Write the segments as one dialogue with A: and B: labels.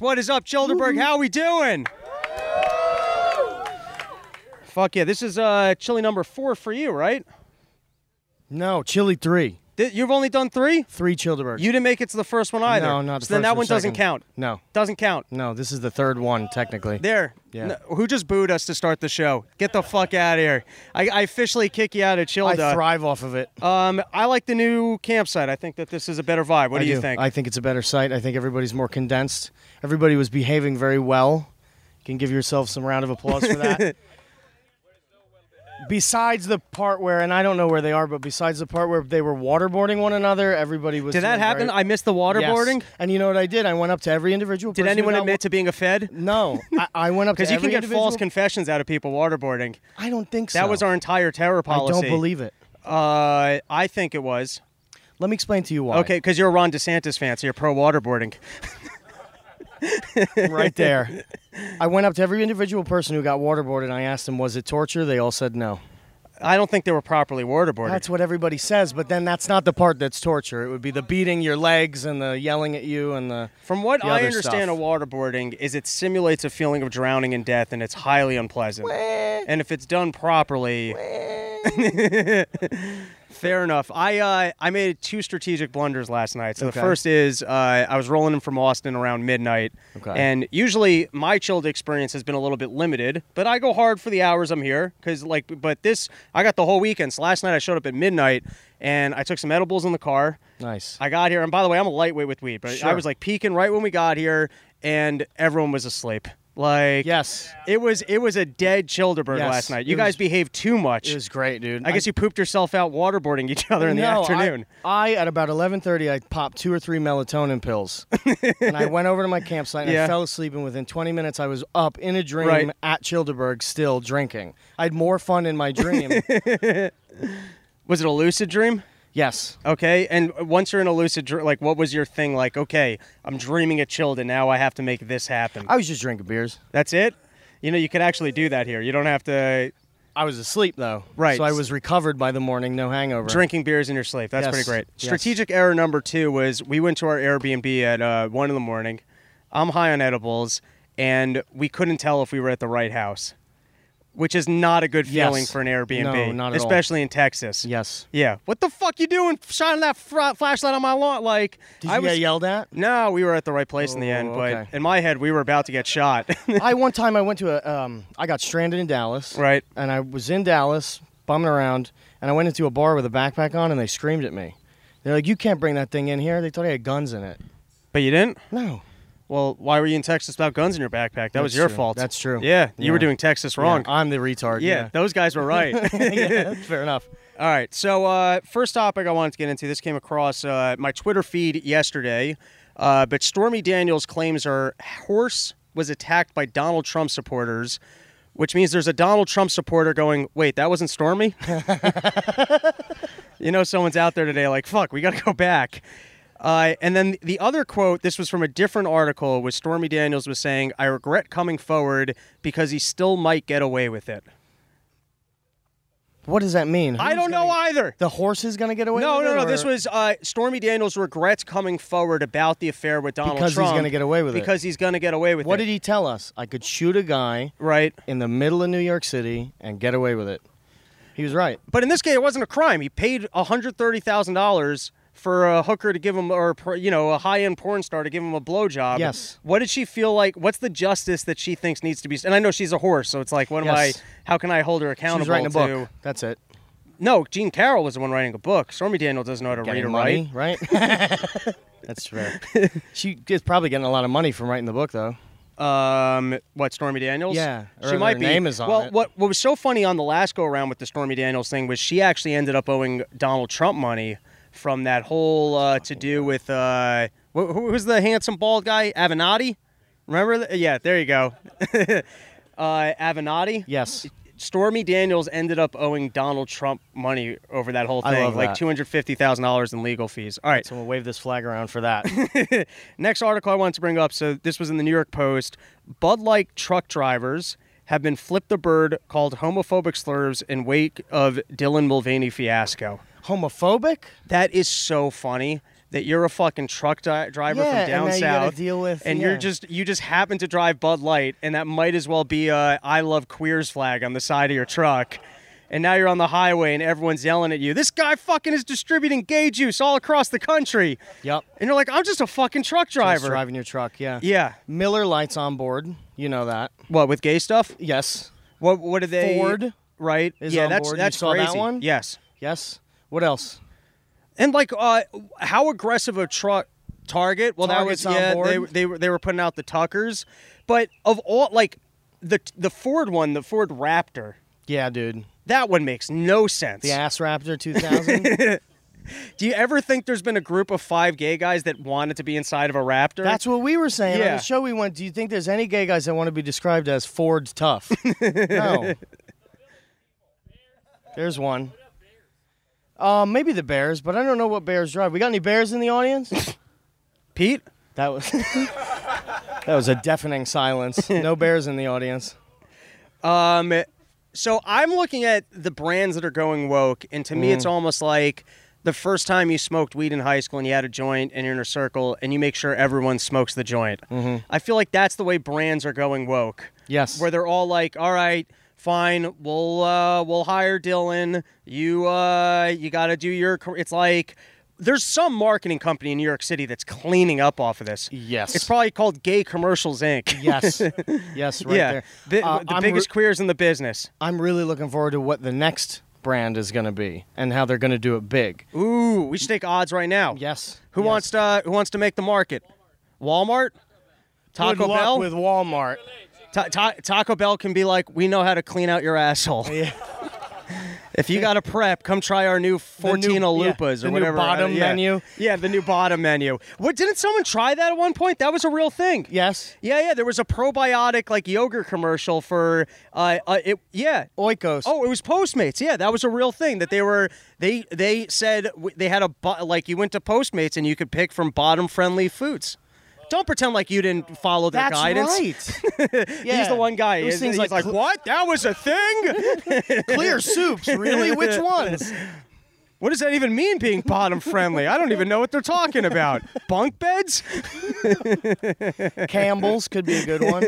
A: What is up, Childerberg? How we doing? Fuck yeah! This is uh, chili number four for you, right?
B: No, chili three.
A: Th- you've only done three.
B: Three Childeberg.
A: You didn't make it to the first one either.
B: No, not the
A: so then
B: first
A: that
B: or
A: one doesn't
B: second.
A: count.
B: No,
A: Doesn't count.
B: no, this is the third one technically.
A: There.
B: Yeah.
A: No, who just booed us to start the show? Get the fuck out of here! I, I officially kick you out of
B: I
A: Childa.
B: thrive off of it.
A: um, I like the new campsite. I think that this is a better vibe. What
B: I
A: do, you think?
B: I think it's a better site. I think everybody's more condensed. Everybody was behaving very well. You can give yourself some round of applause for that. besides the part where, and I don't know where they are, but besides the part where they were waterboarding one another, everybody was.
A: Did that
B: doing
A: happen?
B: very-
A: I missed the waterboarding.
B: Yes. And you know what I did? I went up to every individual.
A: Did anyone admit to being a fed?
B: No, I, I went up to
A: Because you can
B: every
A: get false
B: individual-
A: confessions out of people waterboarding.
B: I don't think so.
A: That was our entire terror
B: I
A: policy.
B: don't believe it.
A: Uh, I think it was.
B: Let me explain to you why.
A: Okay, because you're a Ron DeSantis fan, so you're pro waterboarding.
B: right there. I went up to every individual person who got waterboarded and I asked them, was it torture? They all said no.
A: I don't think they were properly waterboarded.
B: That's what everybody says, but then that's not the part that's torture. It would be the beating your legs and the yelling at you and the.
A: From what
B: the
A: I
B: other
A: understand of
B: stuff.
A: waterboarding is it simulates a feeling of drowning and death, and it's highly unpleasant. And if it's done properly, fair enough. I uh, I made two strategic blunders last night. So
B: Okay.
A: the first is uh, I was rolling in from Austin around midnight,
B: Okay.
A: and usually my chilled experience has been a little bit limited, but I go hard for the hours I'm here because like, but this I got the whole weekend. So last night I showed up at midnight, and I took some edibles in the car.
B: Nice.
A: I got here, and by the way, I'm a lightweight with weed, but I
B: Sure.
A: was like peaking right when we got here, and everyone was asleep. Like,
B: yes.
A: it was it was a dead Childerberg
B: Yes,
A: last night. You
B: it
A: guys
B: was-
A: behaved too much.
B: It was great, dude.
A: I guess you pooped yourself out waterboarding each other in the
B: No, I-
A: afternoon.
B: I, at about 11:30, I popped two or three melatonin pills, and I went over to my campsite and
A: Yeah.
B: I fell asleep. And within 20 minutes, I was up in a dream
A: Right.
B: at Childeberg, still drinking. I had more fun in my dream.
A: Was it a lucid dream?
B: yes.
A: Okay, and once you're in a lucid dream, like what was your thing? Like, okay, I'm dreaming at Childa now. I have to make this happen.
B: I was just drinking beers.
A: That's it. You know, you could actually do that here. You don't have to
B: I was asleep though.
A: Right.
B: So I was recovered by the morning, no hangover.
A: drinking beers in your sleep. That's
B: Yes,
A: pretty great.
B: yes.
A: Strategic error number two was we went to our Airbnb at uh, one in the morning. I'm high on edibles, and we couldn't tell if we were at the right house, which is not a good
B: Yes.
A: feeling for an Airbnb,
B: No, not at all.
A: especially in Texas.
B: Yes.
A: Yeah. What the fuck you doing? Shining that fr- flashlight on my lawn? Like
B: Did you
A: I was.
B: get yelled at?
A: no, we were at the right place in the end,
B: Oh,
A: but
B: okay.
A: in my head we were about to get shot.
B: I one time I went to a um, I got stranded in Dallas.
A: Right.
B: And I was in Dallas bumming around, and I went into a bar with a backpack on, and they screamed at me. They're like, "You can't bring that thing in here." They thought I had guns in it.
A: but you didn't.
B: No.
A: Well, why were you in Texas without guns in your backpack? That was
B: That's
A: your
B: true.
A: fault.
B: That's true.
A: Yeah, you were
B: Yeah.
A: doing Texas wrong.
B: Yeah, I'm the retard.
A: Yeah,
B: Yeah.
A: those guys were right.
B: Yeah, fair enough.
A: All right. So, uh, first topic I wanted to get into this came across uh, my Twitter feed yesterday. Uh, but Stormy Daniels claims her horse was attacked by Donald Trump supporters, which means there's a Donald Trump supporter going, wait, that wasn't Stormy? you know, someone's out there today like, fuck, we got to go back. Uh, and then the other quote, this was from a different article, was Stormy Daniels was saying, I regret coming forward because he still might get away with it.
B: What does that mean?
A: I
B: Who's
A: don't know
B: gonna-
A: either.
B: The horse is gonna get away.
A: No,
B: with
A: no,
B: it,
A: no.
B: or-
A: This was uh, Stormy Daniels regrets coming forward about the affair with Donald
B: Because he's
A: Trump.
B: gonna get away with it.
A: Because he's going to get away with
B: What
A: it.
B: did he tell us? I could shoot a guy
A: Right.
B: in the middle of New York City and get away with it. He was right.
A: But in this case, it wasn't a crime. He paid $130,000 for a hooker to give him, or, per- you know, a high end porn star to give him a blowjob.
B: Yes.
A: What did she feel like? What's the justice that she thinks needs to be. And I know she's a horse, so it's like, what am I.
B: Yes.
A: How can I hold her
B: He
A: accountable
B: was writing a
A: to.
B: book. That's it.
A: No, Gene Carroll was the one writing a book. Stormy Daniels doesn't know how to read
B: getting
A: or write.
B: money, right? That's fair. she is probably getting a lot of money from writing the book, though.
A: Um, what Stormy Daniels?
B: Yeah, or
A: she might
B: her
A: be.
B: name is on
A: well,
B: it.
A: what what was so funny on the last go around with the Stormy Daniels thing was she actually ended up owing Donald Trump money from that whole uh, to do with uh, wh- who was the handsome bald guy Avenatti? Remember? Th- yeah, there you go. uh, Avenatti.
B: Yes.
A: Stormy Daniels ended up owing Donald Trump money over that whole
B: I
A: thing,
B: love
A: like
B: that.
A: two hundred fifty thousand dollars in legal fees. All right,
B: So we'll wave this flag around for that.
A: Next article I wanted to bring up. So this was in the New York Post. Bud Light truck drivers have been flipped the bird called homophobic slurs in wake of Dylan Mulvaney fiasco.
B: Homophobic?
A: That is so funny. that you're a fucking truck di- driver
B: Yeah,
A: from
B: and
A: down
B: now you gotta
A: south,
B: deal with-
A: and
B: yeah.
A: you're just you just happen to drive Bud Light, and that might as well be a I love queers flag on the side of your truck. And now you're on the highway, and everyone's yelling at you. This guy fucking is distributing gay juice all across the country.
B: Yep.
A: And you're like, I'm just a fucking truck
B: Just
A: driver.
B: driving your truck. Yeah.
A: Yeah.
B: Miller Lights on board. You know that.
A: What with gay stuff?
B: Yes.
A: What what are they?
B: Ford
A: right?
B: is
A: yeah,
B: on
A: that's
B: board. You
A: that's
B: saw that
A: crazy.
B: one?
A: Yes.
B: Yes. What else?
A: And like, uh, how aggressive a truck Target? Well,
B: Target's
A: that
B: on
A: was yeah. They,
B: board.
A: they were they were putting out the Tuckers, but of all like the the Ford one, the Ford Raptor,
B: Yeah, dude.
A: that one makes no sense.
B: The Ass Raptor 2000.
A: Do you ever think there's been a group of five gay guys that wanted to be inside of a Raptor?
B: That's what we were saying on
A: Yeah.
B: the show we went. Do you think there's any gay guys that want to be described as Ford tough? no. There's one. Uh, maybe the Bears, but I don't know what Bears drive. We got any Bears in the audience?
A: Pete.
B: That was that was a deafening silence. No Bears in the audience.
A: Um, so I'm looking at the brands that are going woke, and to me,
B: Mm.
A: it's almost like the first time you smoked weed in high school and you had a joint and you're in a circle and you make sure everyone smokes the joint.
B: Mm-hmm.
A: I feel like that's the way brands are going woke,
B: Yes.
A: where they're all like, "All right." Fine, we'll uh, we'll hire Dylan. You uh, you got to do your. cor- It's like there's some marketing company in New York City that's cleaning up off of this.
B: Yes.
A: It's probably called Gay Commercials Inc.
B: yes. Yes, right
A: yeah,
B: there.
A: the,
B: Uh,
A: the
B: I'm
A: biggest
B: re-
A: queers in the business.
B: I'm really looking forward to what the next brand is going to be and how they're going to do it big.
A: Ooh, we should take odds right now.
B: Yes.
A: Who
B: yes.
A: wants to Who wants to make the market? Walmart,
B: Good
A: Taco
B: luck
A: Bell.
B: with Walmart?
A: Ta- ta- Taco Bell can be like, we know how to clean out your asshole. if you got a prep, come try our new fourteen
B: new- yeah,
A: alupas
B: the
A: or
B: new
A: whatever.
B: bottom
A: yeah.
B: menu.
A: Yeah, the new bottom menu. What didn't someone try that at one point? That was a real thing.
B: Yes.
A: Yeah, yeah. There was a probiotic like yogurt commercial for uh, uh it. Yeah,
B: Oikos.
A: Oh, it was Postmates. Yeah, that was a real thing that they were they they said w- they had a bo- like you went to Postmates and you could pick from bottom friendly foods. Don't pretend like you didn't follow their
B: that's
A: guidance.
B: right. yeah.
A: He's the one guy.
B: Those
A: He's,
B: things
A: he's
B: like,
A: like,
B: cl-
A: what? That was a thing?
B: clear soups. Really? Which ones?
A: what does that even mean? Being bottom friendly? I don't even know what they're talking about. Bunk beds?
B: Campbell's could be a good one.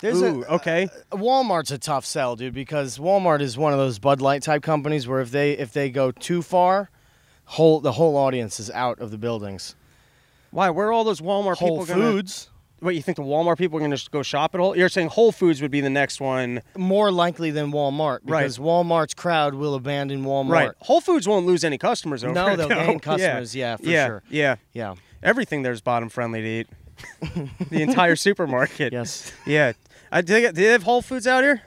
B: There's a-
A: Ooh, oh. okay.
B: Walmart's a tough sell, dude, because Walmart is one of those Bud Light type companies where if they if they go too far, whole the whole audience is out of the buildings.
A: Why? Where are all those Walmart
B: Whole
A: people? gonna-
B: Foods
A: Wait, you think the Walmart people are going to go shop at Whole? You're saying Whole Foods would be the next one,
B: more likely than Walmart
A: Right.
B: because Walmart's crowd will abandon Walmart.
A: right? Whole Foods won't lose any customers over.
B: No,
A: it,
B: they'll
A: though.
B: gain customers, yeah, for
A: yeah,
B: sure.
A: Yeah.
B: Yeah.
A: everything there's bottom friendly to eat. the entire supermarket.
B: Yes.
A: Yeah. I do they, got- do they have Whole Foods out here?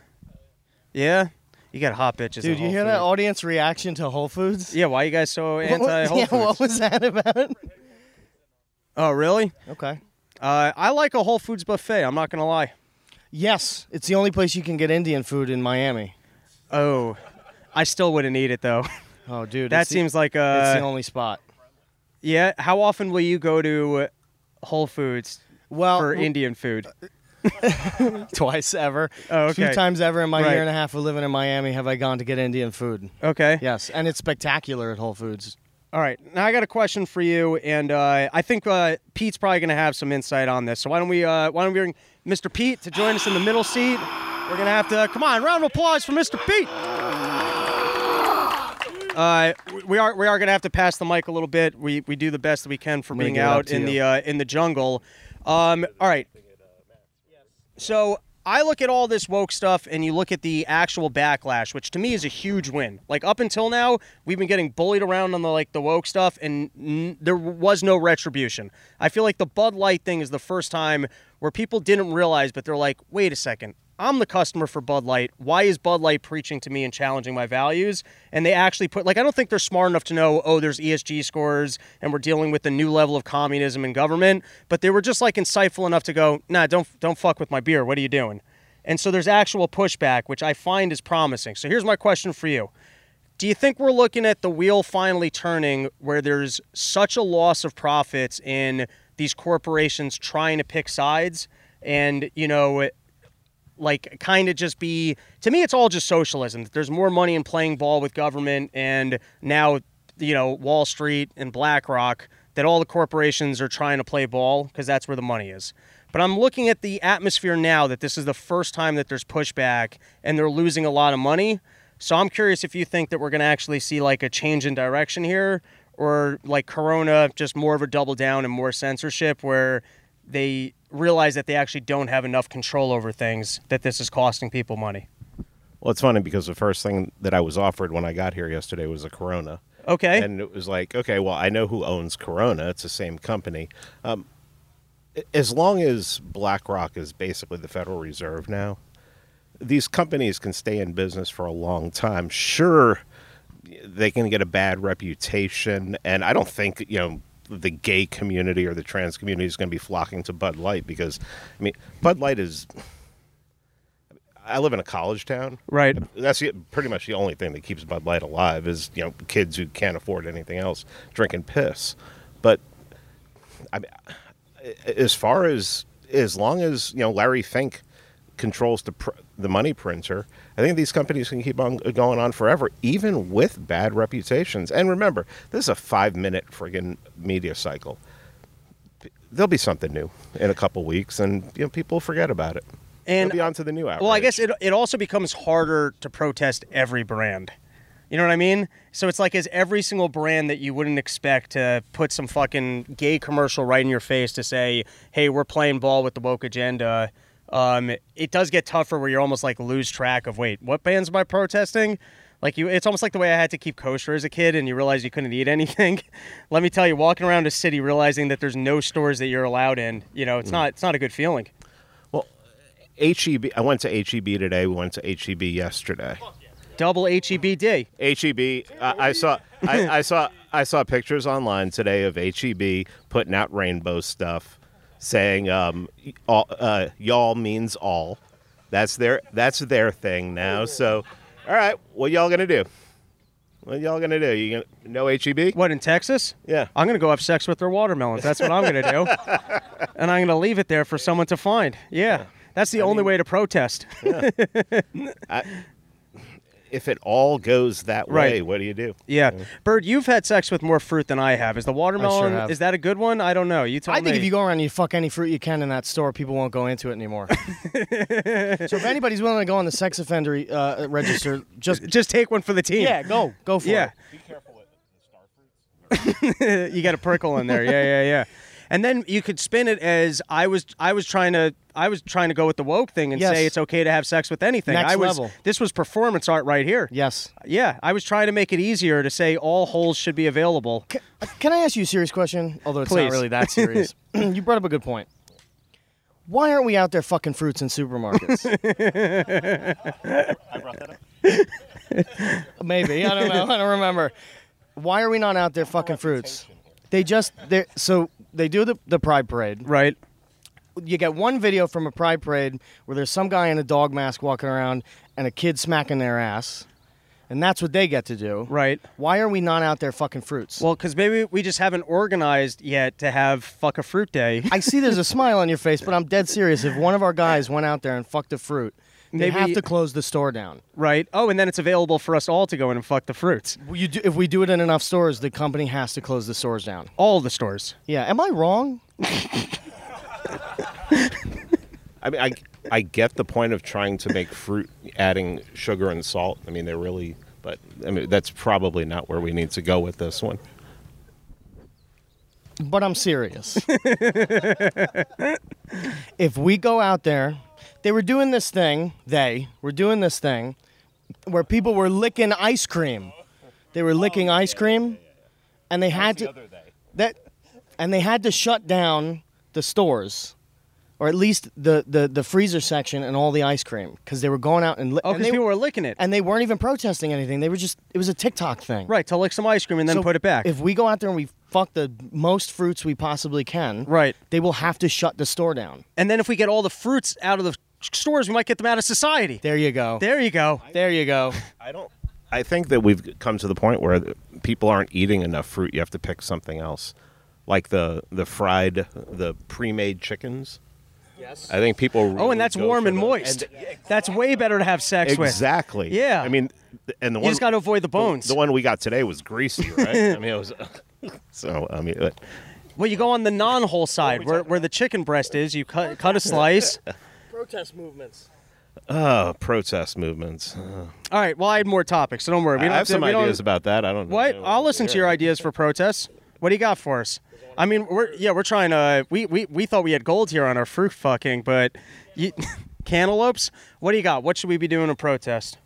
A: Yeah. You got hot bitches.
B: Dude, you hear that audience reaction to Whole Foods?
A: Yeah. Why you guys so
B: What was-
A: anti Whole
B: yeah,
A: Foods?
B: what was that about?
A: oh, really?
B: Okay.
A: Uh, I like a Whole Foods buffet. I'm not gonna lie.
B: Yes, it's the only place you can get Indian food in Miami.
A: Oh, I still wouldn't eat it though.
B: Oh, dude,
A: that
B: it's the-
A: seems uh, like a
B: it's the only spot.
A: yeah. How often will you go to Whole Foods
B: Uh, Well,
A: for Indian food?
B: twice ever.
A: Oh,
B: Two
A: okay.
B: times ever in my
A: Right.
B: year and a half of living in Miami have I gone to get Indian food.
A: Okay.
B: Yes, and it's spectacular at Whole Foods.
A: All right, now I got a question for you, and uh, I think uh, Pete's probably going to have some insight on this. So why don't we uh, why don't we bring Mr. Pete to join us in the middle seat? We're going to have to come on, round of applause for Mr. Pete. Uh, we are we are going to have to pass the mic a little bit. We we do the best that we can for
B: gonna
A: being
B: give it up
A: out
B: to
A: in
B: you.
A: the uh, in the jungle. Um, all right, so I look at all this woke stuff and you look at the actual backlash, which to me is a huge win. Like up until now, we've been getting bullied around on the like the woke stuff and n- there was no retribution. I feel like the Bud Light thing is the first time where people didn't realize but they're like, "Wait a second. I'm the customer for Bud Light. Why is Bud Light preaching to me and challenging my values?" And they actually put like I don't think they're smart enough to know, "Oh, there's ESG scores and we're dealing with the new level of communism in government." But they were just like insightful enough to go, "Nah, don't don't fuck with my beer. What are you doing?" And so there's actual pushback, which I find is promising. So here's my question for you. Do you think we're looking at the wheel finally turning where there's such a loss of profits in these corporations trying to pick sides and, you know, like kind of just be to me it's all just socialism there's more money in playing ball with government and now you know wall street and blackrock that all the corporations are trying to play ball because that's where the money is. But I'm looking at the atmosphere now that this is the first time that there's pushback and they're losing a lot of money. So I'm curious if you think that we're going to actually see like a change in direction here or like Corona, just more of a double down and more censorship where they realize that they actually don't have enough control over things, that this is costing people money.
C: Well, it's funny because the first thing that I was offered when I got here yesterday was a Corona.
A: Okay.
C: And it was like, okay, well, I know who owns Corona. It's the same company. Um, a- as long as BlackRock is basically the Federal Reserve now, these companies can stay in business for a long time. Sure, they can get a bad reputation, and I don't think you know the gay community or the trans community is going to be flocking to Bud Light because, I mean, Bud Light is. I live in a college town.
A: Right.
C: That's the- pretty much the only thing that keeps Bud Light alive is you know kids who can't afford anything else drinking piss. But I mean, as far as as long as you know Larry Fink controls the pr- the money printer, I think these companies can keep on going on forever, even with bad reputations. And remember, this is a five minute friggin' media cycle. There'll be something new in a couple weeks, and you know people forget about it.
A: And-
C: They'll be on to the new outrage.
A: Well, I guess it, it also becomes harder to protest every brand. You know what I mean? So it's like is every single brand that you wouldn't expect to put some fucking gay commercial right in your face to say, "Hey, we're playing ball with the woke agenda." Um, it does get tougher where you're almost like lose track of wait, what bands am I protesting? Like you, it's almost like the way I had to keep kosher as a kid, and you realize you couldn't eat anything. Let me tell you, walking around a city realizing that there's no stores that you're allowed in, you know, it's not it's not a good feeling.
C: HEB. E I went to HEB today. We went to HEB yesterday.
A: Double E HEBD.
C: HEB. Uh, I saw. I, I saw. I saw pictures online today of HEB putting out rainbow stuff, saying um, all, uh, "y'all means all." That's their. That's their thing now. So, all right. What y'all gonna do? What y'all gonna do? You gonna no E HEB?
A: What in Texas?
C: Yeah.
A: I'm gonna go have sex with their watermelons. That's what I'm gonna do, and I'm gonna leave it there for someone to find. Yeah, that's the only way to protest.
C: If it all goes that
A: Right.
C: way, what do you do?
A: yeah, Bird, you've had sex with more fruit than I have. Is the watermelon?
B: have.
A: is that a good one? I don't know. You tell
B: I think
A: me.
B: if you go around and you fuck any fruit you can in that store, people won't go into it anymore. so if anybody's willing to go on the sex offender uh, register, just
A: just take one for the team.
B: yeah, go go for
A: Yeah.
B: it.
A: you got a prickle in there. Yeah, yeah, yeah. And then you could spin it as I was I was trying to I was trying to go with the woke thing and
B: Yes.
A: say it's okay to have sex with anything.
B: Next
A: I was
B: level.
A: this was performance art right here.
B: Yes.
A: Yeah, I was trying to make it easier to say all holes should be available.
B: Can I ask you a serious question? Although it's
A: Please.
B: not really that serious. you brought up a good point. Why aren't we out there fucking fruits in supermarkets? I brought that up. Maybe I don't know. I don't remember. Why are we not out there fucking fruits? They just they so they do the the pride parade.
A: Right.
B: you get one video from a pride parade where there's some guy in a dog mask walking around and a kid smacking their ass, and that's what they get to do.
A: Right.
B: Why are we not out there fucking fruits?
A: Well, because maybe we just haven't organized yet to have fuck a fruit day.
B: I see there's a smile on your face, but I'm dead serious. If one of our guys went out there and fucked a fruit, they
A: Maybe-
B: have to close the store down.
A: Right. Oh, and then it's available for us all to go in and fuck the fruits.
B: Well, You do, if we do it in enough stores, the company has to close the stores down.
A: All the stores.
B: Yeah, am I wrong?
C: I mean, I I get the point of trying to make fruit adding sugar and salt. I mean, they're really, but I mean, that's probably not where we need to go with this one.
B: But I'm serious. if we go out there, they were doing this thing, they were doing this thing where people were licking ice cream. They were
A: Oh,
B: licking ice cream and they had to that and they had to shut down the stores or at least the the, the freezer section and all the ice cream cuz they were going out and li-
A: Oh,
B: and
A: because
B: they
A: people were licking it.
B: and they weren't even protesting anything. They were just it was a TikTok thing.
A: right, to lick some ice cream and then
B: So
A: put it back.
B: If we go out there and we fuck the most fruits we possibly can,
A: Right.
B: They will have to shut the store down.
A: and then if we get all the fruits out of the stores, we might get them out of society.
B: There you go.
A: There you go.
B: There you go.
C: I don't. I think that we've come to the point where the- people aren't eating enough fruit. You have to pick something else, like the the fried, the pre-made chickens. Yes. I think people.
A: Oh,
C: really
A: and that's
C: go
A: warm
C: for
A: and
C: the-
A: moist.
C: and-
A: That's way better to have sex with.
C: exactly.
A: Yeah.
C: I mean, th- and the
A: You
C: one
A: just got to avoid the bones.
C: The one we got today was greasy, right? I mean, it was. so I mean, but
A: Well, you go on the non-whole side where, where the chicken breast is. You cut cut a slice.
B: Protest movements.
C: Uh, protest movements. Uh,
A: All right. Well, I had more topics, so don't worry. We
C: I
A: don't
C: have
A: to-
C: some
A: we don't-
C: ideas about that. I don't.
A: What?
C: know.
A: I'll listen to your ideas for protests. What do you got for us? I mean, we're yeah, we're trying to. We we, we thought we had gold here on our fruit fucking, but you, cantaloupes. What do you got? What should we be doing to protest?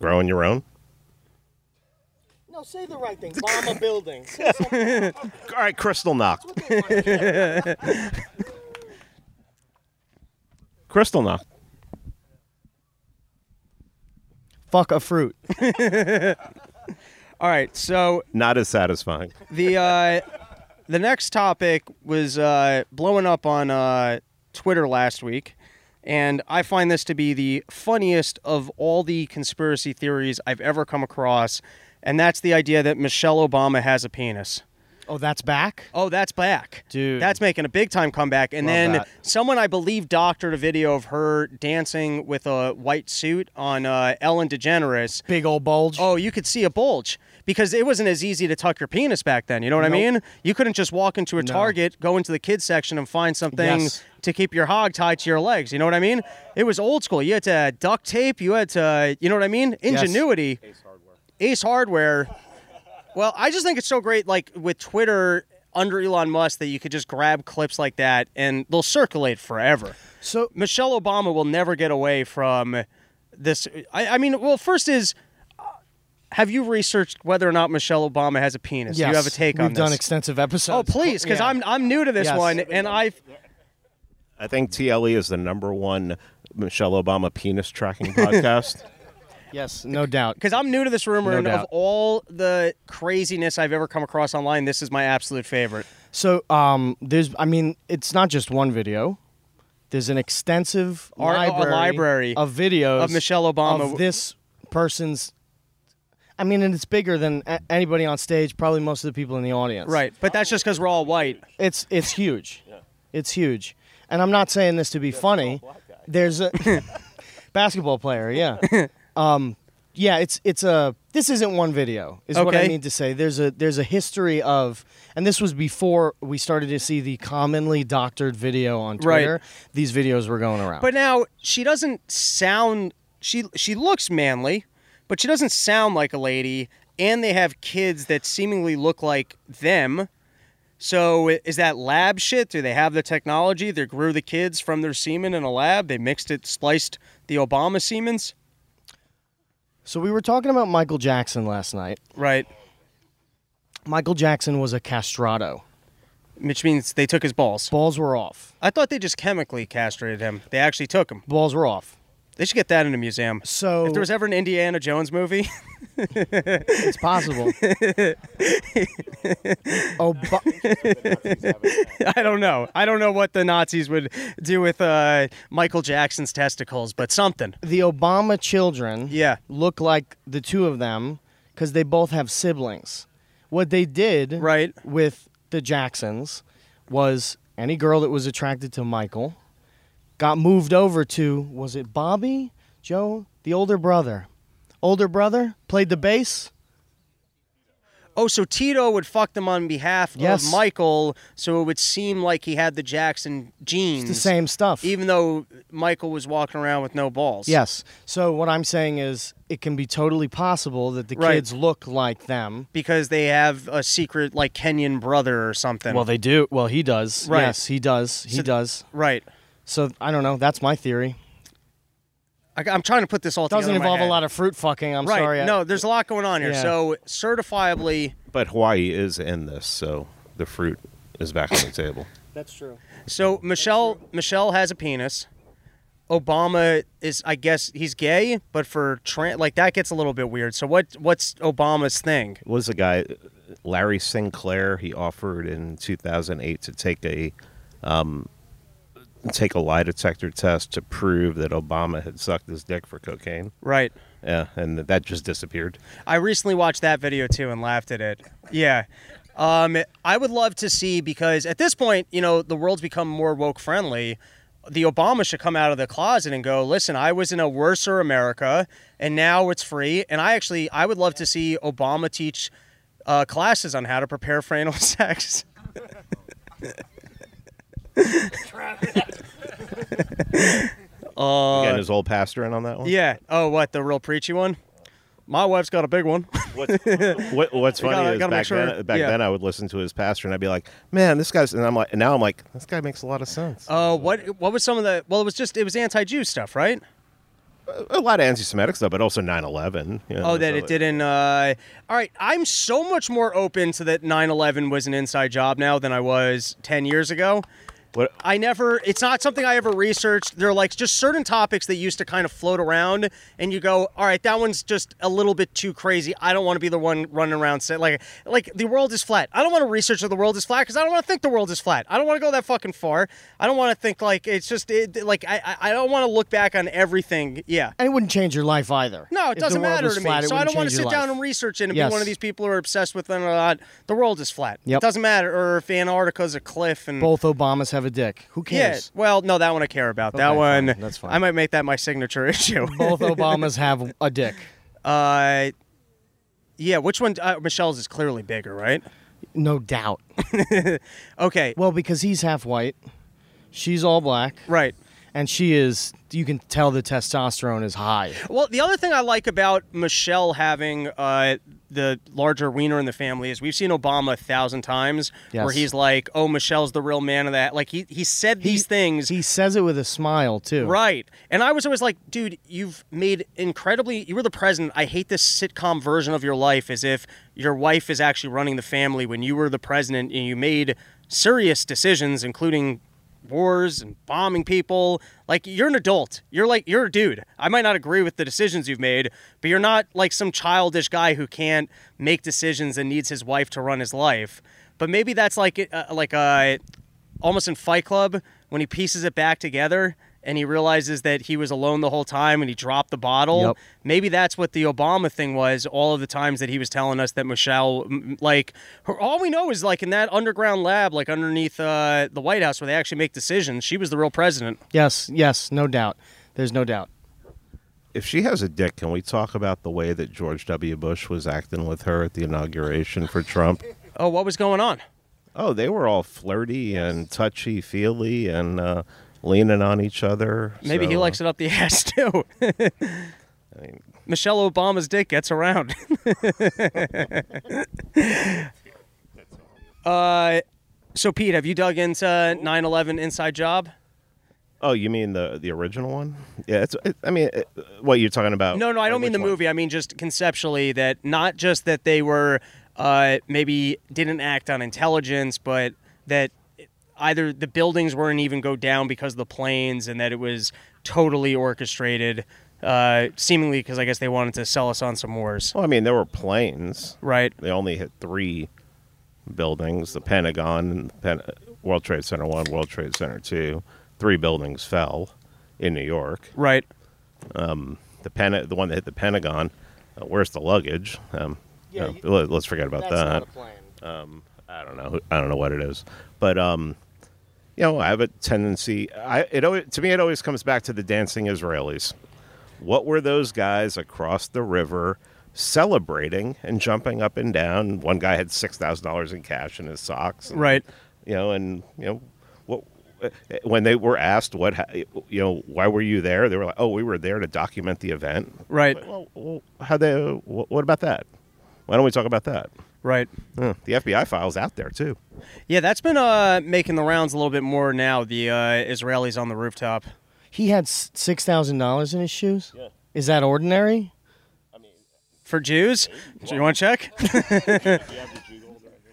C: Growing your own.
B: No, say the right thing. Bomb a building.
C: All right, Crystal Knock. Crystal Knock.
B: Fuck a fruit.
A: All right. So
C: Not as satisfying.
A: the uh, the next topic was uh, blowing up on uh, Twitter last week, and I find this to be the funniest of all the conspiracy theories I've ever come across, and that's the idea that Michelle Obama has a penis.
B: Oh, that's back?
A: Oh, that's back.
B: Dude.
A: That's making a big time comeback. And
B: Love
A: then
B: that.
A: someone, I believe, doctored a video of her dancing with a white suit on uh, Ellen DeGeneres.
B: Big old bulge.
A: Oh, you could see a bulge because it wasn't as easy to tuck your penis back then. You know what I
B: Nope.
A: mean? You couldn't just walk into a Target, go into the kids section, and find something
B: Yes.
A: to keep your hog tied to your legs. You know what I mean? It was old school. You had to duct tape. You had to, you know what I mean? Ingenuity. Ace Hardware. Well, I just think it's so great, like with Twitter under Elon Musk, that you could just grab clips like that and they'll circulate forever.
B: So
A: Michelle Obama will never get away from this. I, I mean, well, first is. uh, Have you researched whether or not Michelle Obama has a penis? Do
B: yes,
A: you have a take
B: we've
A: on this?
B: done extensive
A: oh,
B: episodes.
A: please, because
B: Yeah.
A: I'm I'm new to this
B: Yes.
A: one, and I
C: I think TLE is the number one Michelle Obama penis tracking podcast.
B: Yes, no doubt.
A: because I'm new to this rumor,
B: No
A: and of
B: doubt.
A: all the craziness I've ever come across online, this is my absolute favorite.
B: So um, there's, I mean, it's not just one video. There's an extensive
A: Ar- a
B: library,
A: library
B: of videos
A: of Michelle Obama.
B: of this person's. I mean, and it's bigger than a- anybody on stage. Probably most of the people in the audience.
A: Right, but that's just because we're all white.
B: It's it's huge. It's huge. And I'm not saying this to be funny. There's a basketball player, yeah. um, yeah, it's it's a this isn't one video. Is what I
A: Okay.
B: mean to say. There's a there's a history of and this was before we started to see the commonly doctored video on
A: Right.
B: Twitter. These videos were going around.
A: But now she doesn't sound she she looks manly, but she doesn't sound like a lady and they have kids that seemingly look like them. So i- is that lab shit? Do they have the technology? They grew the kids from their semen in a lab. They mixed it, spliced the Obama semens.
B: so we were talking about Michael Jackson last night.
A: Right.
B: Michael Jackson was a castrato.
A: Which means they took his balls.
B: Balls were off.
A: I thought they just chemically castrated him. They actually took him.
B: Balls were off.
A: They should get that in a museum.
B: So
A: If there was ever an Indiana Jones movie,
B: It's possible. Ob-
A: I don't know. I don't know what the Nazis would do with uh, Michael Jackson's testicles, but something.
B: the Obama children
A: Yeah.
B: look like the two of them because they both have siblings. What they did
A: Right.
B: with the Jacksons was any girl that was attracted to Michael got moved over to, was it Bobby? Joe? The older brother. Older brother played the bass.
A: Oh, so Tito would fuck them on behalf
B: Yes.
A: of Michael, so it would seem like he had the Jackson genes.
B: It's the same stuff.
A: Even though Michael was walking around with no balls.
B: yes. So what I'm saying is it can be totally possible that the
A: Right.
B: kids look like them.
A: Because they have a secret, like, Kenyan brother or something.
B: Well, they do. Well, he does.
A: Right.
B: Yes, he does. He
A: So-
B: does.
A: Right.
B: So I don't know. That's my theory.
A: I, am trying to put this all
B: Doesn't
A: together.
B: involve a lot of fruit fucking. I'm
A: Right.
B: sorry. I-
A: no, there's a lot going on here.
B: Yeah.
A: So, certifiably.
C: but Hawaii is in this, so the fruit is back on the table.
B: that's true.
A: So Michelle Michelle has a penis. Obama is, I guess, he's gay, but for trans, like that gets a little bit weird. So what? What's Obama's thing?
C: What was the guy Larry Sinclair? He offered in 2008 to take a um, take a lie detector test to prove that Obama had sucked his dick for cocaine.
A: Right.
C: Yeah, and that just disappeared.
A: I recently watched that video too and laughed at it. Yeah. Um, I would love to see because at this point, you know, the world's become more woke friendly. The Obama should come out of the closet and go, listen, I was in a worser America and now it's free. And I actually, I would love to see Obama teach uh, classes on how to prepare for anal sex.
C: Getting his old pastor in on that one.
A: Uh, Yeah. Oh, what the real preachy one? My wife's got a big one.
C: What's, what, what's funny
A: gotta-
C: is
A: gotta make
C: back
A: sure-
C: then, back
A: yeah.
C: then I would listen to his pastor and I'd be like, "Man, this guy's," and I'm like, and now I'm like, "This guy makes a lot of sense."
A: uh, what what was some of the? Well, it was just it was anti-Jew stuff, right?
C: a lot of anti-Semitic stuff, but also 9/11. you know,
A: Oh, that
C: so
A: it didn't. Uh, all right, I'm so much more open to that. 9/11 was an inside job now than I was 10 years ago.
C: What,
A: I never. It's not something I ever researched. There are like just certain topics that used to kind of float around, and you go, "All right, that one's just a little bit too crazy. I don't want to be the one running around saying like, like the world is flat. I don't want to research that the world is flat because I don't want to think the world is flat. I don't want to go that fucking far. I don't want to think like it's just it, like I I- I don't want to look back on everything. Yeah.
B: And it wouldn't change your life either.
A: No,
B: If
A: it
B: the
A: doesn't
B: world
A: matter
B: was
A: to me.
B: flat, it
A: so I
B: wouldn't
A: don't want
B: change
A: to
B: your
A: sit
B: life.
A: down and research it and
B: Yes.
A: be one of these people who are obsessed with it or not. The world is flat. It
B: Yep.
A: doesn't matter. Or if Antarctica's a cliff and
B: Both Obamas have a dick. Who
A: yeah.
B: cares?
A: Well, no, that one I care about. that
B: Okay,
A: one
B: fine. That's fine.
A: I might make that my signature issue.
B: Both Obamas have a dick.
A: uh, yeah. Which one? Uh, Michelle's is clearly bigger, right?
B: No doubt.
A: Okay.
B: Well, because he's half white, she's all black,
A: right.
B: and she is, you can tell the testosterone is high.
A: Well, the other thing I like about Michelle having uh, the larger wiener in the family is we've seen Obama a thousand times where
B: Yes.
A: he's like, "Oh, Michelle's the real man of that." Like he he said these things.
B: He says it with a smile, too.
A: Right. And I was always like, dude, you've made incredibly, you were the president. I hate this sitcom version of your life as if your wife is actually running the family when you were the president and you made serious decisions, including wars and bombing people. Like, you're an adult. You're like, you're a dude. I might not agree with the decisions you've made, but you're not like some childish guy who can't make decisions and needs his wife to run his life. But maybe that's like, uh, like a almost in Fight Club when he pieces it back together and he realizes that he was alone the whole time and he dropped the bottle.
B: Yep.
A: Maybe that's what the Obama thing was all of the times that he was telling us that Michelle, m- like, her, all we know is like in that underground lab, like underneath uh, the White House where they actually make decisions, she was the real president.
B: Yes, yes, no doubt. There's no doubt.
C: if she has a dick, can we talk about the way that George W. Bush was acting with her at the inauguration for Trump?
A: Oh, what was going on?
C: Oh, they were all flirty and touchy feely and uh, leaning on each other.
A: Maybe he
C: So,
A: likes it up the ass too. Michelle Obama's dick gets around. uh, so Pete, have you dug into 9/11 inside job?
C: Oh, you mean the the original one? Yeah, it's. It, I mean, it, what you're talking about?
A: No, no, I
C: or
A: don't mean
C: Oh, which
A: the
C: one?
A: movie. I mean just conceptually that not just that they were uh, maybe didn't act on intelligence, but that either the buildings weren't even go down because of the planes, and that it was totally orchestrated, uh, seemingly because I guess they wanted to sell us on some wars,
C: Well, I mean, there were planes.
A: right?
C: They only hit three buildings: the Pentagon, and the Pen- World Trade Center One, World Trade Center Two. Three buildings fell in New York.
A: Right.
C: The pen, the one that hit the Pentagon. Uh, where's the luggage? Um,
B: Yeah,
C: no,
B: you-
C: let, us forget about that. I don't know. I don't know what it is, but um, you know, I have a tendency. I it always, to me it always comes back to the dancing Israelis. What were those guys across the river celebrating and jumping up and down? One guy had six thousand dollars in cash in his socks, and,
A: Right.
C: You know, and you know what. When they were asked what, ha- you know, why were you there? They were like, "Oh, we were there to document the event."
A: Right.
C: Well, well how they? wh- What about that? Why don't we talk about that?
A: Right.
C: Huh, the FBI files out there too.
A: Yeah, that's been uh, making the rounds a little bit more now. The uh, Israelis on the rooftop.
B: He had s- $6,000 in his shoes? Yeah. Is that ordinary?
A: For Jews? Do you want to check?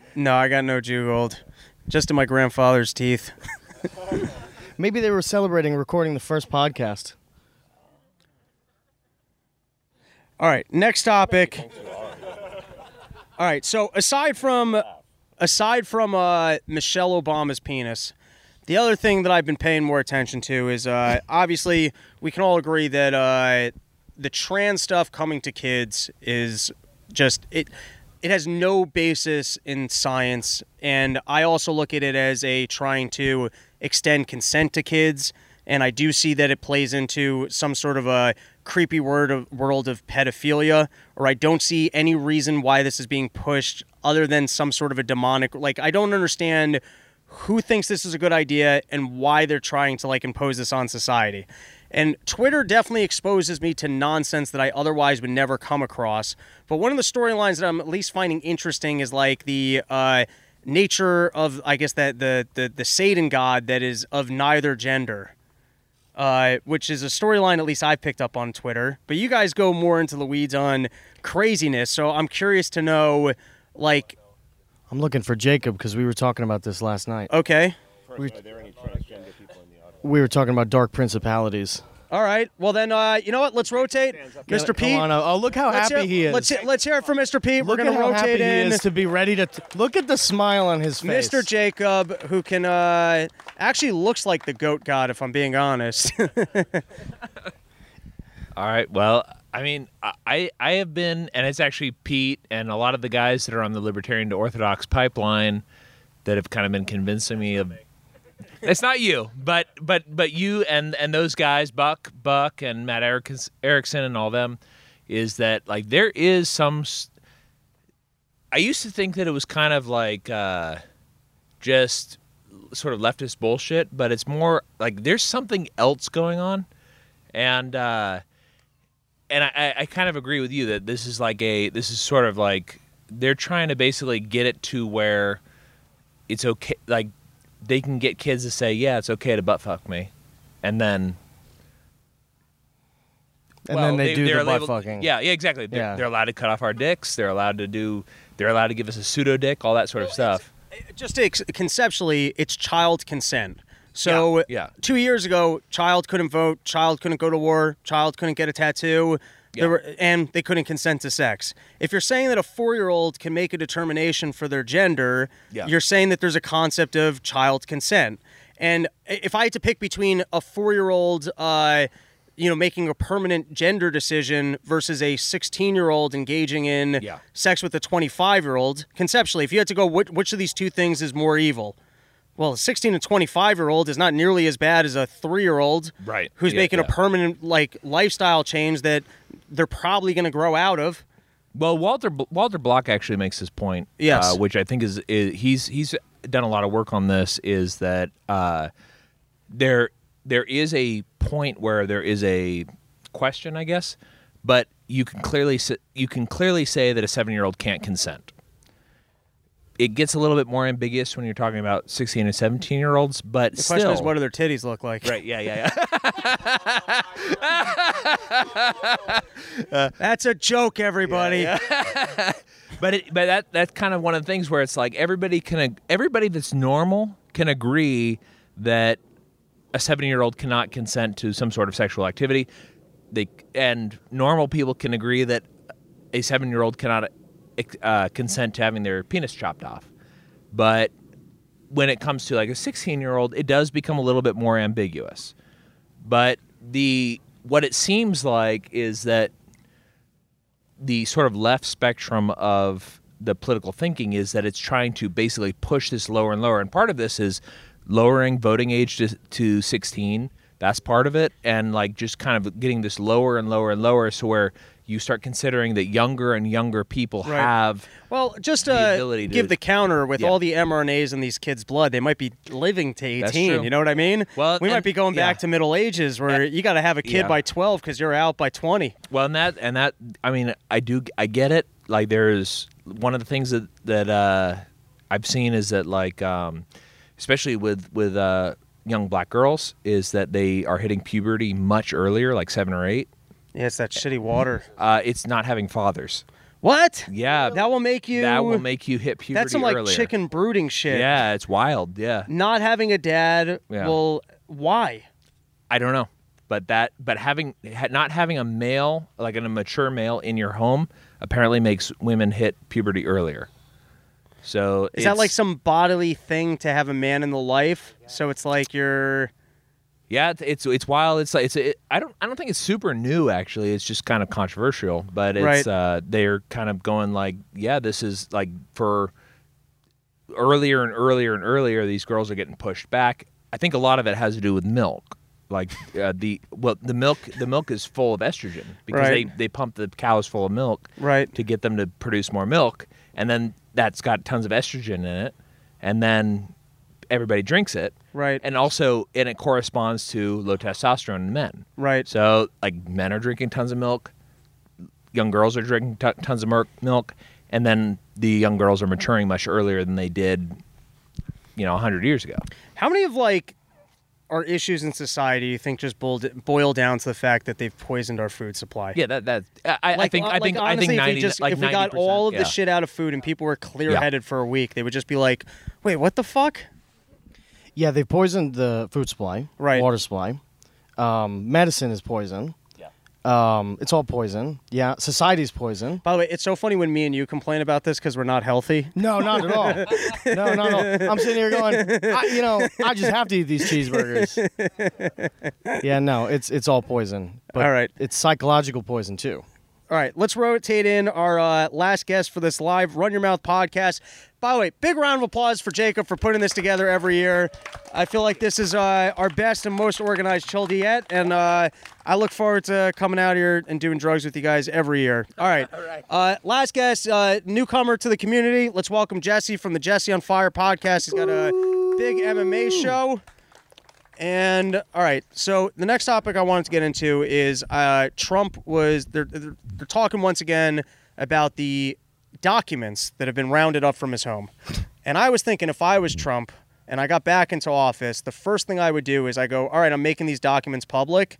A: no, I got no Jew gold. Just in my grandfather's teeth.
B: Maybe they were celebrating recording the first podcast.
A: All right, next topic. All right, so aside from aside from uh, Michelle Obama's penis, the other thing that I've been paying more attention to is uh, obviously we can all agree that uh, the trans stuff coming to kids is just it. It has no basis in science, and I also look at it as a trying to extend consent to kids. And I do see that it plays into some sort of a creepy word of, world of pedophilia, or I don't see any reason why this is being pushed other than some sort of a demonic. Like, I don't understand who thinks this is a good idea and why they're trying to like impose this on society. And Twitter definitely exposes me to nonsense that I otherwise would never come across. But one of the storylines that I'm at least finding interesting is like the uh, nature of, I guess that the the the Satan god that is of neither gender, uh, which is a storyline at least I picked up on Twitter. But you guys go more into the weeds on craziness, so I'm curious to know, like,
B: I'm looking for Jacob because we were talking about this last night.
A: okay.
B: We were talking about dark principalities.
A: All right. Well then, uh, you know what? Let's rotate,
B: Get
A: Mr.
B: it- come
A: Pete.
B: on out. oh, look how
A: Let's hear,
B: happy he is.
A: Let's hear, let's hear it from Mr. Pete.
B: look
A: We're gonna
B: at how
A: rotate
B: happy
A: in
B: he is to be ready to. T- look at the smile on his face.
A: Mr. Jacob, who can uh, actually looks like the goat god, if I'm being honest.
D: All right. Well, I mean, I- I I have been, and it's actually Pete and a lot of the guys that are on the Libertarian to Orthodox pipeline that have kind of been convincing me of. It's not you, but but but you and and those guys, Buck Buck and Matt Erickson Erickson and all them, is that like there is some. s- I used to think that it was kind of like uh, just sort of leftist bullshit, but it's more like there's something else going on and uh, and I- I, I kind of agree with you that this is like a this is sort of like they're trying to basically get it to where it's okay like they can get kids to say yeah it's okay to butt fuck me and then
B: and
D: well,
B: then they, do
D: they're
B: the butt
D: labeled-
B: fucking.
D: yeah yeah exactly they're,
B: Yeah.
D: they're allowed to cut off our dicks they're allowed to do they're allowed to give us a pseudo dick all that sort of stuff
A: Just ex- conceptually, it's child consent. So
D: Yeah, yeah.
A: two years ago, child couldn't vote, child couldn't go to war, child couldn't get a tattoo, there
D: Yeah.
A: were, and they couldn't consent to sex. If you're saying that a four-year-old can make a determination for their gender,
D: Yeah.
A: you're saying that there's a concept of child consent. And i- if I had to pick between a four-year-old, uh, you know, making a permanent gender decision versus a 16-year-old engaging in
D: Yeah.
A: sex with a 25 year old conceptually if you had to go which, which of these two things is more evil well a 16 and 25 year old is not nearly as bad as a 3 year old
D: Right.
A: who's
D: Yeah,
A: making a
D: yeah.
A: permanent like lifestyle change that they're probably going to grow out of
D: Well, Walter Walter Block actually makes this point.
A: Yes.
D: uh, which I think is, is he's he's done a lot of work on this. Is that uh, there there is a point where there is a question, I guess, but you can clearly s- you can clearly say that a seven year old can't consent. It gets a little bit more ambiguous when you're talking about sixteen and seventeen year olds, but
A: the
D: still,
A: question is what do their titties look like
D: right? Yeah, yeah, yeah.
A: that's a joke everybody
D: But it, but that that's kind of one of the things where it's like everybody can ag- everybody that's normal can agree that a seven year old cannot consent to some sort of sexual activity. They and normal people can agree that a seven year old cannot uh, consent to having their penis chopped off. But when it comes to like a sixteen year old, it does become a little bit more ambiguous. But the what it seems like is that the sort of left spectrum of the political thinking is that it's trying to basically push this lower and lower. And part of this is lowering voting age to, to 16. That's part of it. And like just kind of getting this lower and lower and lower. So where you start considering that younger and younger people
A: Right.
D: have.
A: Well, just
D: the
A: uh,
D: ability to-
A: give the counter with
D: Yeah.
A: all the mRNAs in these kids' blood. They might be living to 18.
D: true.
A: You know what I mean?
D: Well,
A: we might
D: and-
A: be going back
D: yeah.
A: to Middle Ages where you got to have a kid
D: Yeah.
A: by 12 because you're out by 20.
D: Well, and that, and that, I mean, I do, I get it. Like there's one of the things that, that, uh, I've seen is that like, um, especially with, with, uh, young black girls is that they are hitting puberty much earlier, like seven or eight.
A: Yeah, it's that shitty water.
D: uh, it's not having fathers.
A: What?
D: Yeah,
A: That will make you.
D: that will make you hit puberty
A: That's some like
D: earlier.
A: chicken brooding shit.
D: Yeah, it's wild. Yeah,
A: Not having a dad
D: Yeah.
A: will. Why?
D: I don't know, but that but having ha- not having a male like an immature male in your home apparently makes women hit puberty earlier. So
A: Is that like
D: it's-
A: some bodily thing to have a man in the life? So it's like you're.
D: Yeah, it's- it's it's wild. It's like it's it, I don't I don't think it's super new actually. It's just kind of controversial, but it's
A: Right.
D: uh they're kind of going like, yeah, this is like for earlier and earlier and earlier these girls are getting pushed back. I think a lot of it has to do with milk. Like uh, the well the milk the milk is full of estrogen because
A: Right.
D: they they pump the cows full of milk
A: Right.
D: to get them to produce more milk and then that's got tons of estrogen in it, and then everybody drinks it.
A: Right.
D: And also, and it corresponds to low testosterone in men.
A: Right.
D: So, like, men are drinking tons of milk, young girls are drinking t- tons of mer- milk, and then the young girls are maturing much earlier than they did, you know, 100 years ago.
A: How many of like our issues in society you think just boil, boil down to the fact that they've poisoned our food supply?
D: Yeah, that that I, I
A: Like,
D: think
A: uh,
D: I think
A: like, honestly,
D: I think
A: if we
D: ninety
A: just-
D: like
A: if we got all of
D: 90%,
A: the
D: yeah.
A: shit out of food and people were clear headed for a week, they would just be like, "Wait, what the fuck?"
B: Yeah, they poisoned the food supply,
A: Right.
B: Water supply, um, medicine is poison.
D: Yeah.
B: Um, it's all poison. Yeah, society's poison.
A: By the way, it's so funny when me and you complain about this because we're not healthy.
B: No, not at all. No, not at all. I'm sitting here going, I, you know, I just have to eat these cheeseburgers. Yeah, no, it's it's all poison. But
A: All right.
B: it's psychological poison too.
A: All right, let's rotate in our uh, last guest for this live Run Your Mouth podcast. By the way, big round of applause for Jacob for putting this together every year. I feel like this is uh, our best and most organized childe yet, and uh, I look forward to coming out here and doing drugs with you guys every year. All right. Uh, last guest, uh, newcomer to the community. Let's welcome Jesse from the Jesse on Fire podcast. He's got a big MMA show. And all right, so the next topic I wanted to get into is uh, Trump was they're, they're they're talking once again about the documents that have been rounded up from his home, and I was thinking if I was Trump and I got back into office, the first thing I would do is I go, all right, I'm making these documents public,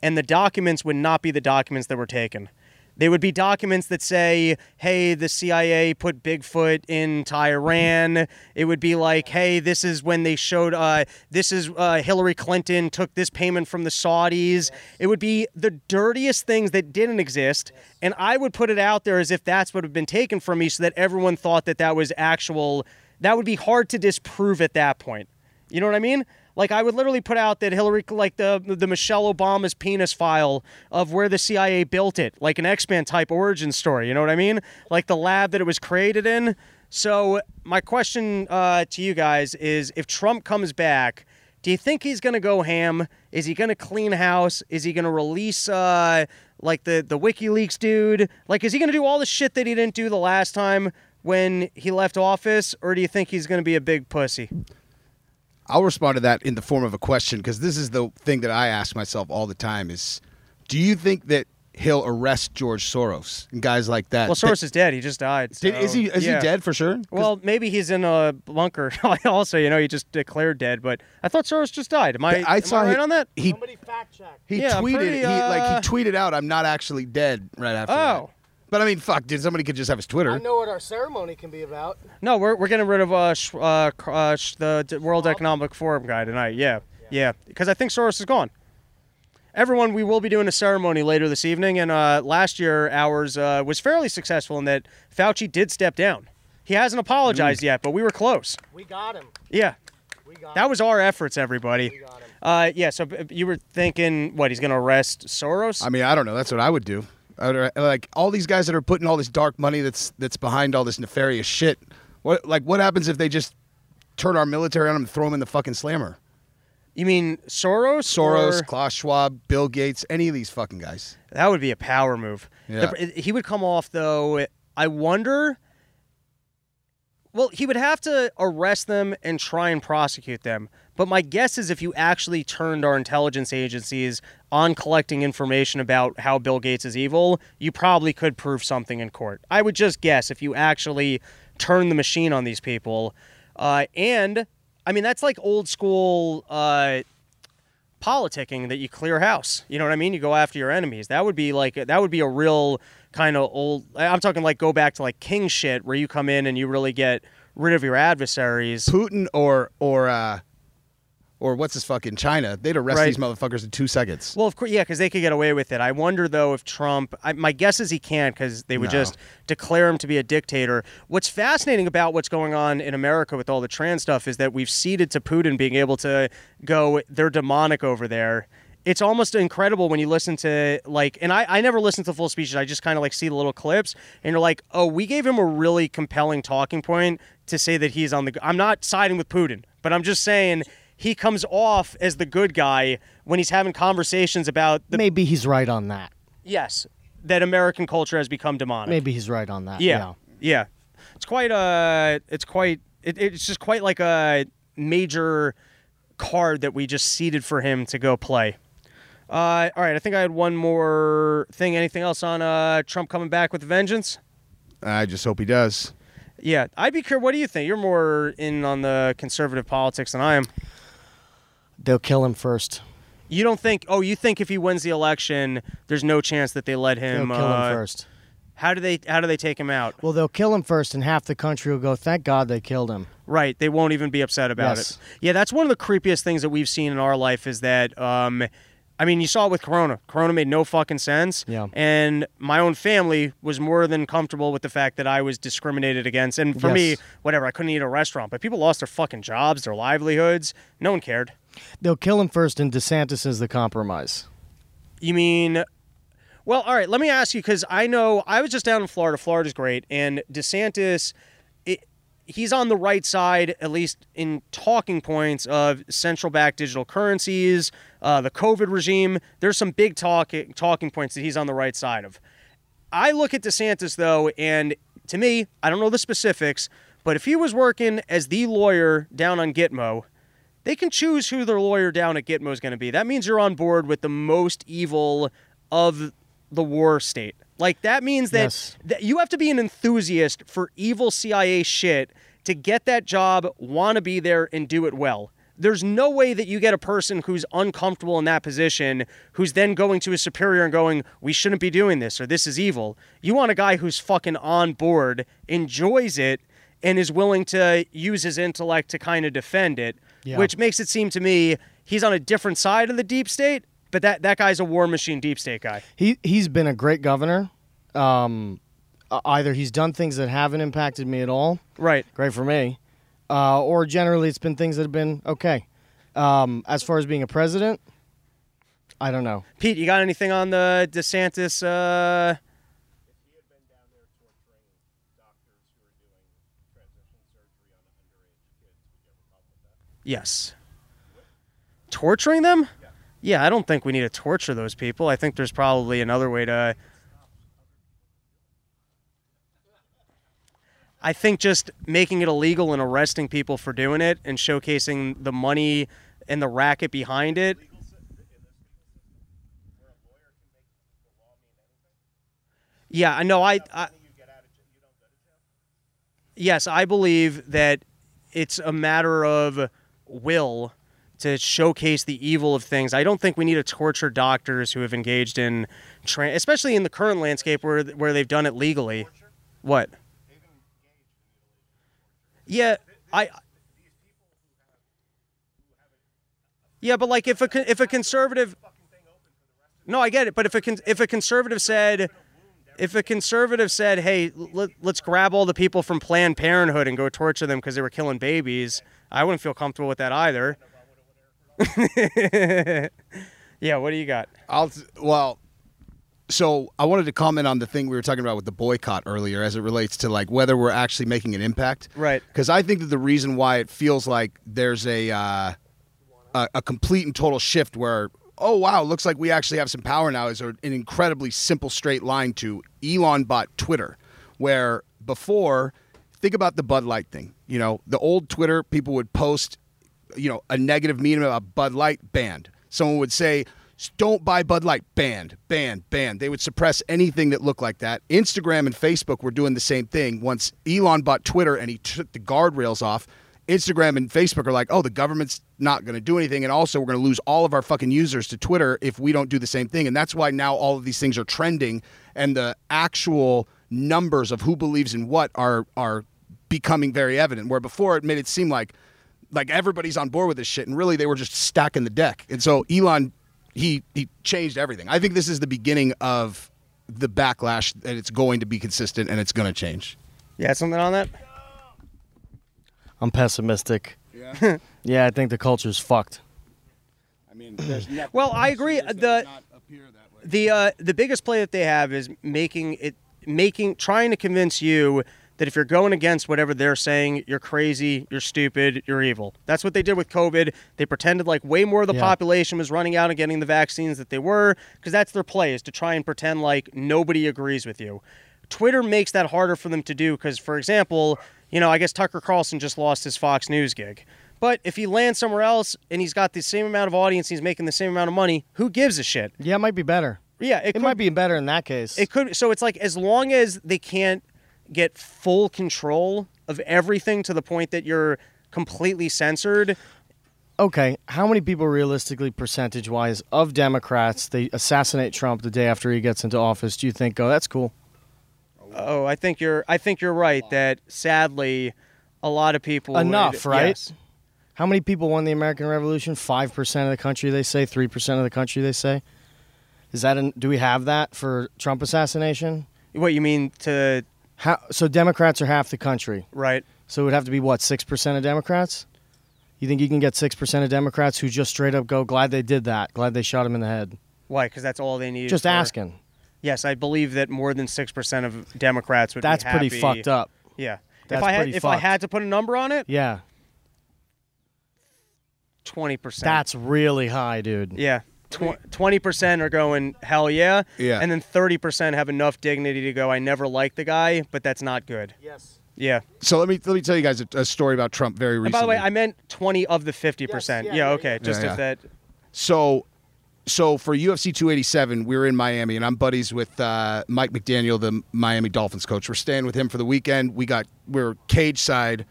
A: and the documents would not be the documents that were taken. They would be documents that say, hey, the CIA put Bigfoot in Tehran. It would be like, hey, this is when they showed, uh, this is uh, Hillary Clinton took this payment from the Saudis. It would be the dirtiest things that didn't exist. And I would put it out there as if that's what had been taken from me so that everyone thought that that was actual. That would be hard to disprove at that point. You know what I mean? Like I would literally put out that Hillary, like the the Michelle Obama's penis file of where the CIA built it, like an X-Men type origin story. You know what I mean? Like the lab that it was created in. So my question uh, to you guys is: If Trump comes back, do you think he's going to go ham? Is he going to clean house? Is he going to release uh, like the the WikiLeaks dude? Like, is he going to do all the shit that he didn't do the last time when he left office, or do you think he's going to be a big pussy?
E: I'll respond to that in the form of a question because this is the thing that I ask myself all the time: is Do you think that he'll arrest George Soros and guys like that?
A: Well, Soros is dead. He just died.
E: Did- is
A: so,
E: he is
A: yeah.
E: he dead for sure? 'Cause
A: Well, maybe he's in a bunker. also, you know, he just declared dead. But I thought Soros just died. Am I,
E: I
A: am
E: saw
A: I right
E: he-
A: on that?
E: He
B: fact check.
E: he
A: Yeah, I'm
E: tweeted
A: pretty,
E: he,
A: uh,
E: like he tweeted out, "I'm not actually dead." Right after.
A: Oh.
E: that. But I mean, fuck, dude. Somebody could just have his Twitter.
B: know what our ceremony can be about.
A: No, we're, we're getting rid of uh, sh- uh, cr- uh, sh- the d- World Economic Forum guy tonight. Yeah, yeah, because I think Soros is gone. Everyone, we will be doing a ceremony later this evening, and uh, last year ours uh, was fairly successful in that Fauci did step down. He hasn't apologized yet, but we were close.
B: Mm. We got him.
A: Yeah,
B: We got
A: that was our efforts, everybody.
B: got him.
A: Uh, yeah, so b- you were thinking, what, he's going to arrest Soros?
E: I mean, I don't know. That's what I would do. I would, uh, like all these guys that are putting all this dark money that's that's behind all this nefarious shit. What like what happens if they just turn our military on them and throw them in the fucking slammer?
A: you mean Soros?
E: Soros,
A: or-
E: Klaus Schwab, Bill Gates, any of these fucking guys.
A: That would be a power move.
E: Yeah.
A: The- he would come off though. I wonder. Well, he would have to arrest them and try and prosecute them. But my guess is if you actually turned our intelligence agencies on collecting information about how Bill Gates is evil, you probably could prove something in court. I would just guess if you actually turn the machine on these people. Uh, and, I mean, that's like old school uh, politicking that you clear house. You know what I mean? You go after your enemies. That would be like that would be a real kind of old. I'm talking like go back to like king shit where you come in and you really get rid of your adversaries.
E: Putin or or uh or what's his fucking China? They'd arrest
A: Right.
E: these motherfuckers in two seconds.
A: Well, of course, yeah, because they could get away with it. I wonder though if Trump. I, my guess is he can't because they would
E: No.
A: just declare him to be a dictator. What's fascinating about what's going on in America with all the trans stuff is that we've ceded to Putin being able to go. They're demonic over there. It's almost incredible when you listen to like, and I, I never listen to full speeches. I just kind of like see the little clips, and you're like, oh, we gave him a really compelling talking point to say that he's on the. I'm not siding with Putin, but I'm just saying he comes off as the good guy when he's having conversations about the
B: Maybe he's right on that.
A: yes that American culture has become demonic.
B: Maybe he's right on that.
A: yeah, yeah. it's quite uh it's quite it, it's just quite like a major card that we just seeded for him to go play. Uh, all right, I think I had one more thing. Anything else on uh, Trump coming back with a vengeance?
E: I just hope he does.
A: Yeah, I'd be curious. What do you think? You're more in on the conservative politics than I am.
B: They'll kill him first.
A: You don't think? Oh, you think if he wins the election, there's no chance that they let
B: They'll
A: him?
B: kill
A: uh,
B: him first.
A: How do they? How do they take him out?
B: Well, they'll kill him first, and half the country will go, "Thank God they killed him."
A: Right. They won't even be upset about
B: Yes.
A: it. Yeah, that's one of the creepiest things that we've seen in our life is that um I mean, you saw it with Corona. Corona made no fucking sense.
B: Yeah.
A: And my own family was more than comfortable with the fact that I was discriminated against. And for me,
B: Yes.
A: whatever, I couldn't eat at a restaurant. But people lost their fucking jobs, their livelihoods. No one cared.
B: They'll kill him first, and DeSantis is the compromise.
A: You mean, well, all right, let me ask you because I know I was just down in Florida. Florida's great. And DeSantis, it, he's on the right side, at least in talking points, of central back digital currencies, uh, the COVID regime. There's some big talk, talking points that he's on the right side of. I look at DeSantis though, and to me, I don't know the specifics, but if he was working as the lawyer down on Gitmo, they can choose who their lawyer down at Gitmo is going to be. That means you're on board with the most evil of the war state. Like that means that,
B: Yes.
A: that you have to be an enthusiast for evil CIA shit to get that job, want to be there, and do it well. There's no way that you get a person who's uncomfortable in that position who's then going to his superior and going, We shouldn't be doing this or this is evil. You want a guy who's fucking on board, enjoys it, and is willing to use his intellect to kind of defend it,
B: Yeah.
A: which makes it seem to me he's on a different side of the deep state, but that, that guy's a war machine deep state guy.
B: He he's been a great governor. Um, e- either he's done things that haven't impacted me at all,
A: Right.
B: great for me, uh, or generally it's been things that have been okay. Um, as far as being a president, I don't know.
A: Pete, you got anything on the DeSantis? Uh... Yes. Torturing them? Yeah. I don't think we need to torture those people. I think there's probably another way to. I think just making it illegal and arresting people for doing it and showcasing the money and the racket behind it. Yeah, I know. I, I yes, I believe that it's a matter of will to showcase the evil of things. I don't think we need to torture doctors who have engaged in, tra- especially in the current landscape where where they've done it legally. What? Yeah, I. Yeah, but like if a con- if a conservative. No, I get it, but if a con- if a conservative said if a conservative said, "Hey, let, let's grab all the people from Planned Parenthood and go torture them because they were killing babies," I wouldn't feel comfortable with that either. yeah, what do you got?
E: I'll well. So I wanted to comment on the thing we were talking about with the boycott earlier, as it relates to like whether we're actually making an impact,
A: Right.
E: Because I think that the reason why it feels like there's a, uh, a a complete and total shift where oh wow, looks like we actually have some power now is a- an incredibly simple straight line to Elon bought Twitter, where before, think about the Bud Light thing. You know, the old Twitter people would post you know, a negative meme about Bud Light banned. Someone would say, "Don't buy Bud Light." Banned, banned, banned. They would suppress anything that looked like that. Instagram and Facebook were doing the same thing. Once Elon bought Twitter and he took the guardrails off, Instagram and Facebook are like, "Oh, the government's not going to do anything," and also we're going to lose all of our fucking users to Twitter if we don't do the same thing. And that's why now all of these things are trending, and the actual numbers of who believes in what are are becoming very evident. Where before it made it seem like like everybody's on board with this shit and really they were just stacking the deck and so elon he he changed everything i think this is the beginning of the backlash that it's going to be consistent and it's going to change
A: You had something on that?
B: I'm pessimistic. Yeah. yeah, I think the culture's fucked.
E: i mean there's
A: Well, I agree. The the uh, the biggest play that they have is making it making trying to convince you that if you're going against whatever they're saying, you're crazy, you're stupid, you're evil. That's what they did with COVID. They pretended like way more of the
B: Yeah.
A: population was running out and getting the vaccines that they were, because that's their play is to try and pretend like nobody agrees with you. Twitter makes that harder for them to do because, for example, you know, I guess Tucker Carlson just lost his Fox News gig. But if he lands somewhere else and he's got the same amount of audience, he's making the same amount of money, who gives a shit?
B: Yeah, it might be better.
A: Yeah, it,
B: It
A: could,
B: might be better in that case.
A: It could. So it's like as long as they can't get full control of everything to the point that you're completely censored.
B: okay, how many people realistically, percentage wise, of Democrats they assassinate Trump the day after he gets into office? Do you think? Oh, that's cool.
A: Oh, I think you're. I think you're right that sadly, a lot of people would-
B: Enough, right?
A: yes.
B: How many people won the American Revolution? Five percent of the country, they say. Three percent of the country, they say. Is that an, do we have that for Trump assassination?
A: What you mean to
B: How, so Democrats are half the country.
A: right?
B: So it would have to be what six percent of Democrats. You think you can get six percent of Democrats who just straight up go, "Glad they did that. Glad they shot him in the head."
A: Why? Because that's all they need.
B: Just
A: for-
B: asking.
A: Yes, I believe that more than six percent of Democrats would.
B: That's
A: be
B: pretty
A: happy-
B: fucked up.
A: Yeah.
B: That's
A: if I had,
B: pretty
A: if I
B: fucked.
A: had to put a number on it,
B: Yeah,
A: twenty percent.
B: that's really high, dude.
A: Yeah. Twenty percent are going hell yeah,
E: Yeah.
A: and then thirty percent have enough dignity to go. I never liked the guy, but that's not good.
B: Yes.
A: Yeah.
E: So let me let me tell you guys a, a story about Trump very
A: And
E: recently.
A: by the way, I meant twenty of the fifty percent.
B: Yes, yeah,
A: yeah,
B: yeah,
A: Okay.
B: yeah.
A: Just
E: Yeah,
A: if
E: yeah.
A: that.
E: So, so for UFC 287, we were in Miami, and I'm buddies with uh, Mike McDaniel, the Miami Dolphins coach. We're staying with him for the weekend. We got we were cage side.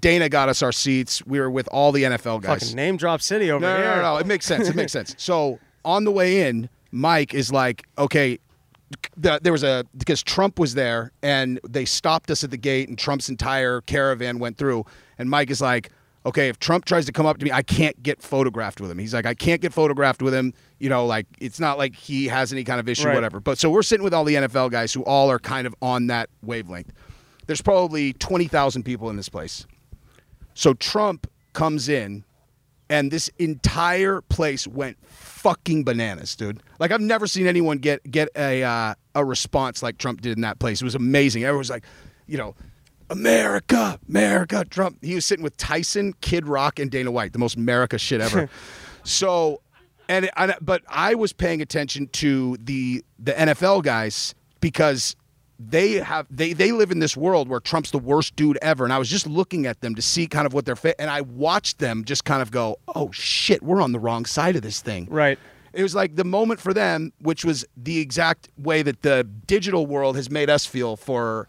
E: Dana got us our seats. We were with all the NFL guys.
A: Fucking name drop city over
E: No,
A: here.
E: no, no, no. It makes sense. It makes sense. So on the way in, Mike is like, okay, the, there was a because Trump was there and they stopped us at the gate and Trump's entire caravan went through and Mike is like, okay, if Trump tries to come up to me, I can't get photographed with him. He's like, I can't get photographed with him. You know, like it's not like he has any kind of issue,
A: Right.
E: whatever. But so we're sitting with all the NFL guys who all are kind of on that wavelength. There's probably twenty thousand people in this place. So Trump comes in, and this entire place went fucking bananas, dude. Like I've never seen anyone get get a uh, a response like Trump did in that place. It was amazing. Everyone was like, you know, America, America, Trump. He was sitting with Tyson, Kid Rock, and Dana White, the most America shit ever. so, and, and but I was paying attention to the the NFL guys because they have they they live in this world where Trump's the worst dude ever, and I was just looking at them to see kind of what they're fit, and I watched them just kind of go, oh shit, we're on the wrong side of this thing.
A: Right.
E: It was like the moment for them, which was the exact way that the digital world has made us feel for.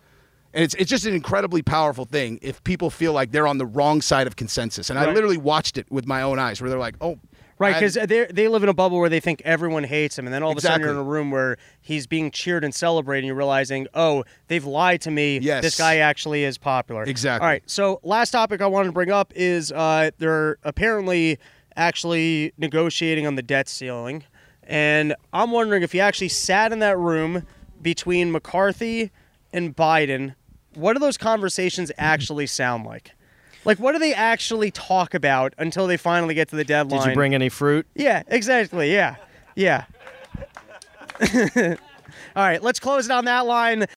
E: And it's, it's just an incredibly powerful thing if people feel like they're on the wrong side of consensus. And I
A: Right.
E: literally watched it with my own eyes where they're like, oh.
A: Right,
E: I-
A: because they they live in a bubble where they think everyone hates him, and then all of a sudden you're in a
E: Exactly.
A: room where he's being cheered and celebrated, and you're realizing, oh, they've lied to me.
E: Yes.
A: this guy actually is popular.
E: Exactly.
A: All right, so last topic I wanted to bring up is uh, they're apparently actually negotiating on the debt ceiling, and I'm wondering if you actually sat in that room between McCarthy and Biden, what do those conversations actually sound like? Like, what do they actually talk about until they finally get to the deadline?
B: Did you bring any fruit?
A: Yeah, exactly. Yeah. Yeah. All right, let's close it on that line.